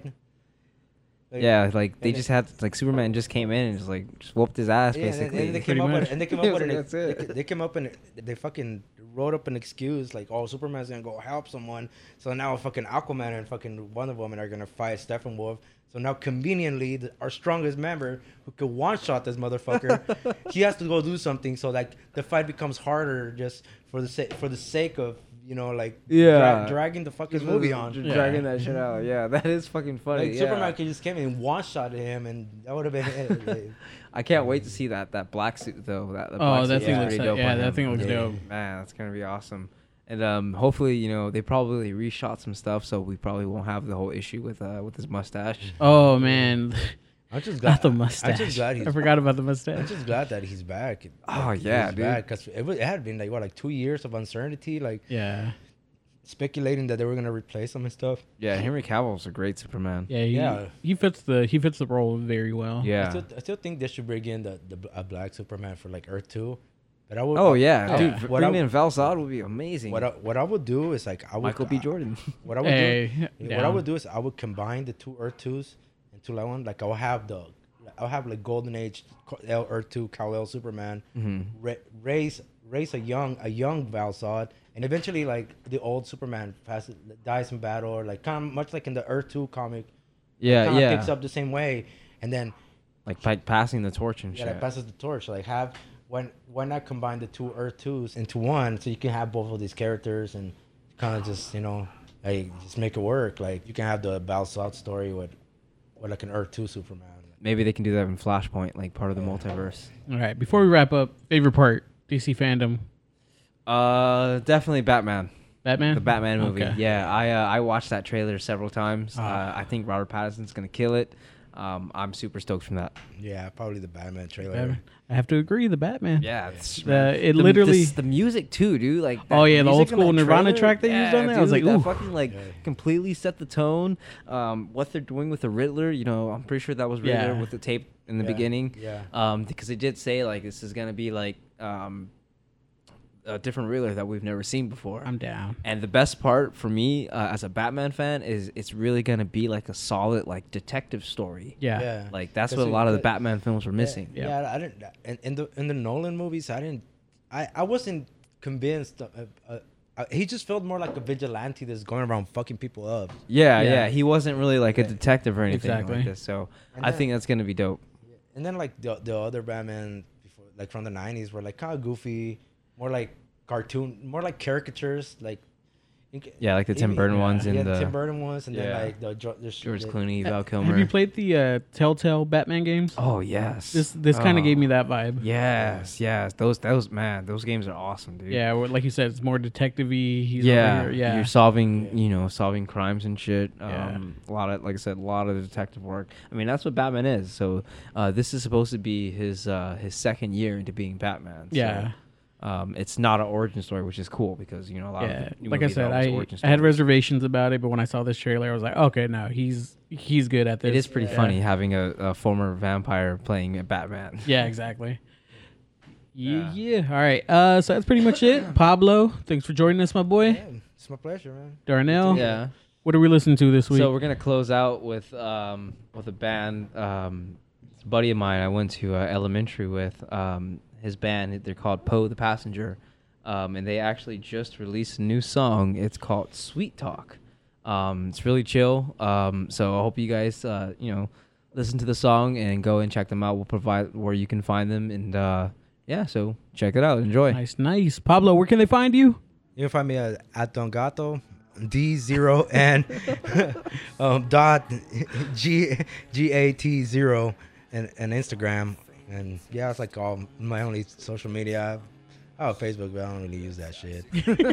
Like,
yeah, like they
and
just
it-
had like Superman just came in and just like just whooped his ass
Yeah, and,
basically.
and they
Pretty
came up
much.
with, and they came
It
up
was
with an,
like,
ex- they,
that's it.
they came up and they fucking wrote up an excuse like, oh, Superman's gonna go help someone. So now fucking Aquaman and fucking Wonder Woman are gonna fight Stephen Wolf. So now conveniently, the, our strongest member who could one shot this motherfucker, he has to go do something. So like the fight becomes harder just for the sake for the sake of you know like dra-
Yeah.
dragging the fucking movie on.
Yeah.
dragging that shit out. Yeah, that is fucking funny.
Like
yeah.
Superman could just came in and one shot at him, and that would have been it. Like,
I can't wait to see that that black suit though. That the black
Oh, that
suit's
thing
pretty
looks
dope
yeah,
on him.
that thing looks
Yeah.
dope.
Man, that's gonna be awesome. And um, hopefully, you know, they probably reshot some stuff, so we probably won't have the whole issue with uh, with his mustache.
Oh man,
I'm just glad
got the mustache.
I'm just glad he's
I forgot about the
I'm
mustache.
just glad that he's back. Like,
Oh, yeah,
he's
dude.
because it, wa- it had been like what, like two years of uncertainty. Like
Yeah,
speculating that they were gonna replace him and stuff.
Yeah, Henry Cavill's a great Superman.
Yeah, he,
Yeah.
he fits the he fits the role very well.
I,
Yeah.
still, I still think they should bring in the, the a black Superman for like Earth Two. But I would.
Oh yeah,
Yeah.
dude.
What I-
bringing in Val Zod would be amazing.
What I, what I would do is like I would
Michael B.
I-
Jordan.
What I would
Hey,
do, what I
down.
would do is I would combine the two Earth twos into like one. Like I'll have the, I'll have like Golden Age L Earth two Kal El Superman,
Mm-hmm.
ra- raise raise a young a young Val Zod, and eventually like the old Superman passes dies in battle, or like kind of much like in the Earth two comic.
yeah,
Kinda
yeah.
picks up the same way, and then
Like, like passing the torch and
yeah,
shit.
that passes the torch. Like have when why not combine the two Earth twos into one so you can have both of these characters and kind of just you know like just make it work. Like you can have the Balsot story with with like an Earth two Superman.
Maybe they can do that in Flashpoint, like part of the multiverse.
All right. Before we wrap up, favorite part DC fandom,
Uh, definitely Batman.
Batman.
The Batman movie.
Okay. Ah.
Yeah, I uh, I watched that trailer several times. Uh, I think Robert Pattinson's gonna kill it. Um, I'm super stoked from that.
Yeah, probably the Batman trailer.
Batman. I have to agree. The Batman.
Yeah, it's,
The- it
the-
literally-
the, music too, dude. Like that
Oh, yeah, the old
music in that
school Nirvana track they
yeah,
used on there, I was
dude,
like,
that
ooh.
fucking like
Yeah.
completely set the tone. Um, what they're doing with the Riddler, you know, I'm pretty sure that was Riddler
Yeah.
with the tape in the
Yeah,
beginning.
yeah.
Um, because they did say like this is gonna be like um a different Riddler that we've never seen before.
I'm down.
And the best part for me uh, as a Batman fan is it's really gonna be like a solid like detective story.
Yeah.
Like that's
'Cause
what a
it-
lot of the
that-
Batman films were missing.
Yeah.
Yeah, I didn't. In, in the in the Nolan movies, I didn't. I I wasn't convinced. Of, uh, uh, he just felt more like a vigilante that's going around fucking people up.
Yeah, yeah,
Yeah.
He wasn't really like a detective or anything
Exactly.
like this. So
And
I
then-
think that's gonna be dope.
And then like the the other Batman before like from the nineties were like kind of goofy, more like cartoon, more like caricatures, like you ca-
Yeah, like the Tim
even-
Burton ones
yeah,
and
the
the
Tim Burton ones, and
Yeah.
then like the, Geor- the
George
the-
Clooney, Val Kilmer.
Have you played the uh, Telltale Batman games?
oh yes.
This this kind
Oh,
of gave me that vibe.
Yes, yes. Those those man, those games are awesome, dude.
Yeah, well, like you said, it's more detective-y. He's
yeah,
over here. yeah.
You're solving, you know, solving crimes and shit. Um,
Yeah.
A lot of, like I said, a lot of detective work. I mean, that's what Batman is. So uh, this is supposed to be his uh, his second year into being Batman. So,
Yeah.
Um, it's not an origin story, which is cool because you know a lot
yeah,
of the new
like I
movies are
said,
always
I,
origin
I had
stories.
reservations about it, but when I saw this trailer, I was like, okay, no, he's he's good at this.
It is pretty
Yeah.
funny having a, a former vampire playing a Batman.
Yeah, exactly. Yeah.
Yeah.
yeah. All right. Uh, so that's pretty much it. Pablo, thanks for joining us, my boy.
Yeah, it's my pleasure, man.
Darnell,
Yeah.
what are we listening to this week?
So we're gonna close out with um with a band um it's a buddy of mine I went to uh, elementary with um his band they're called Poe the Passenger um and they actually just released a new song it's called Sweet Talk um it's really chill um so I hope you guys uh you know listen to the song and go and check them out we'll provide where you can find them and uh yeah so check it out enjoy
nice, nice. Pablo, where can they find you?
You can find me at, at Don Gato D zero and um, dot G G A T zero and, and Instagram and yeah, it's like all my only social media. I have Facebook, but I don't really use that shit.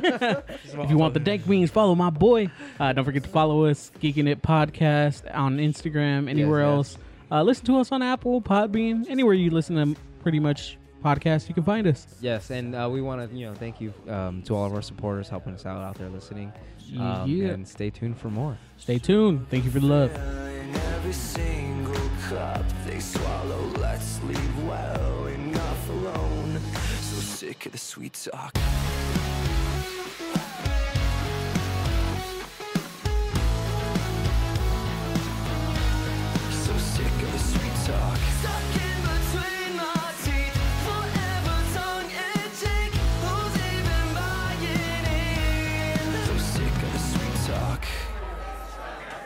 If you want the dank wings, follow my boy. Uh, don't forget to follow us, Geeking It Podcast, on Instagram, anywhere
yes.
else. Uh, listen to us on Apple, Podbean, anywhere you listen to pretty much podcasts, you can find us.
Yes, and uh, we want to, you know, thank you um, to all of our supporters helping us out out there listening. Um,
Yeah.
And stay tuned for more.
Stay tuned. Thank you for the love.
In every single cup they swallow, let's leave well enough alone. So sick of the sweet talk. So sick of the sweet talk.
Stuck in between my teeth, forever tongue in cheek. Who's even buying in?
So sick of the sweet talk.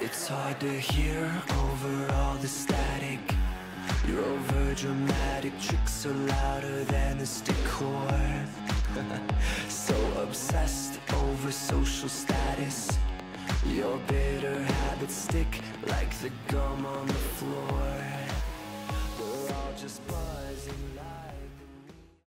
It's hard to hear over all the static. Your overdramatic tricks are louder than a stick chord. so obsessed over social status. Your bitter habits stick like the gum on the floor. We're all just buzzing lies.